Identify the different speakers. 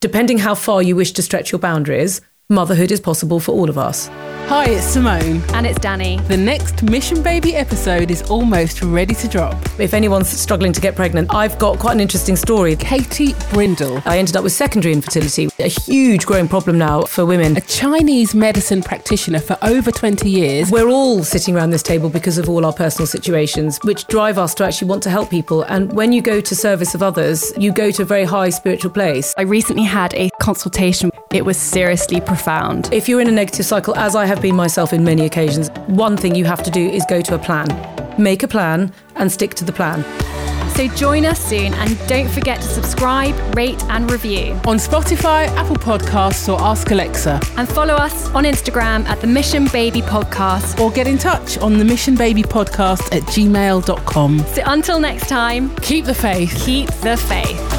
Speaker 1: depending how far you wish to stretch your boundaries, motherhood is possible for all of us.
Speaker 2: Hi, it's Simone.
Speaker 3: And it's Danny.
Speaker 2: The next Mission Baby episode is almost ready to drop.
Speaker 1: If anyone's struggling to get pregnant, I've got quite an interesting story.
Speaker 2: Katie Brindle,
Speaker 1: I ended up with secondary infertility, a huge growing problem now for women.
Speaker 2: a Chinese medicine practitioner for over 20 years,
Speaker 1: We're all sitting around this table because of all our personal situations, which drive us to actually want to help people. And when you go to service of others, you go to a very high spiritual place.
Speaker 3: I recently had a consultation. It was seriously profound.
Speaker 1: If you're in a negative cycle, as I have been myself in many occasions, one thing you have to do is go to a plan. Make a plan and stick to the plan.
Speaker 3: So join us soon and don't forget to subscribe, rate, and review.
Speaker 2: on Spotify, Apple Podcasts, or Ask Alexa,
Speaker 3: And follow us on Instagram at the Mission Baby Podcast.
Speaker 2: or get in touch on the Mission Baby Podcast at gmail.com.
Speaker 3: So until next time,
Speaker 2: Keep the faith.
Speaker 3: keep the faith.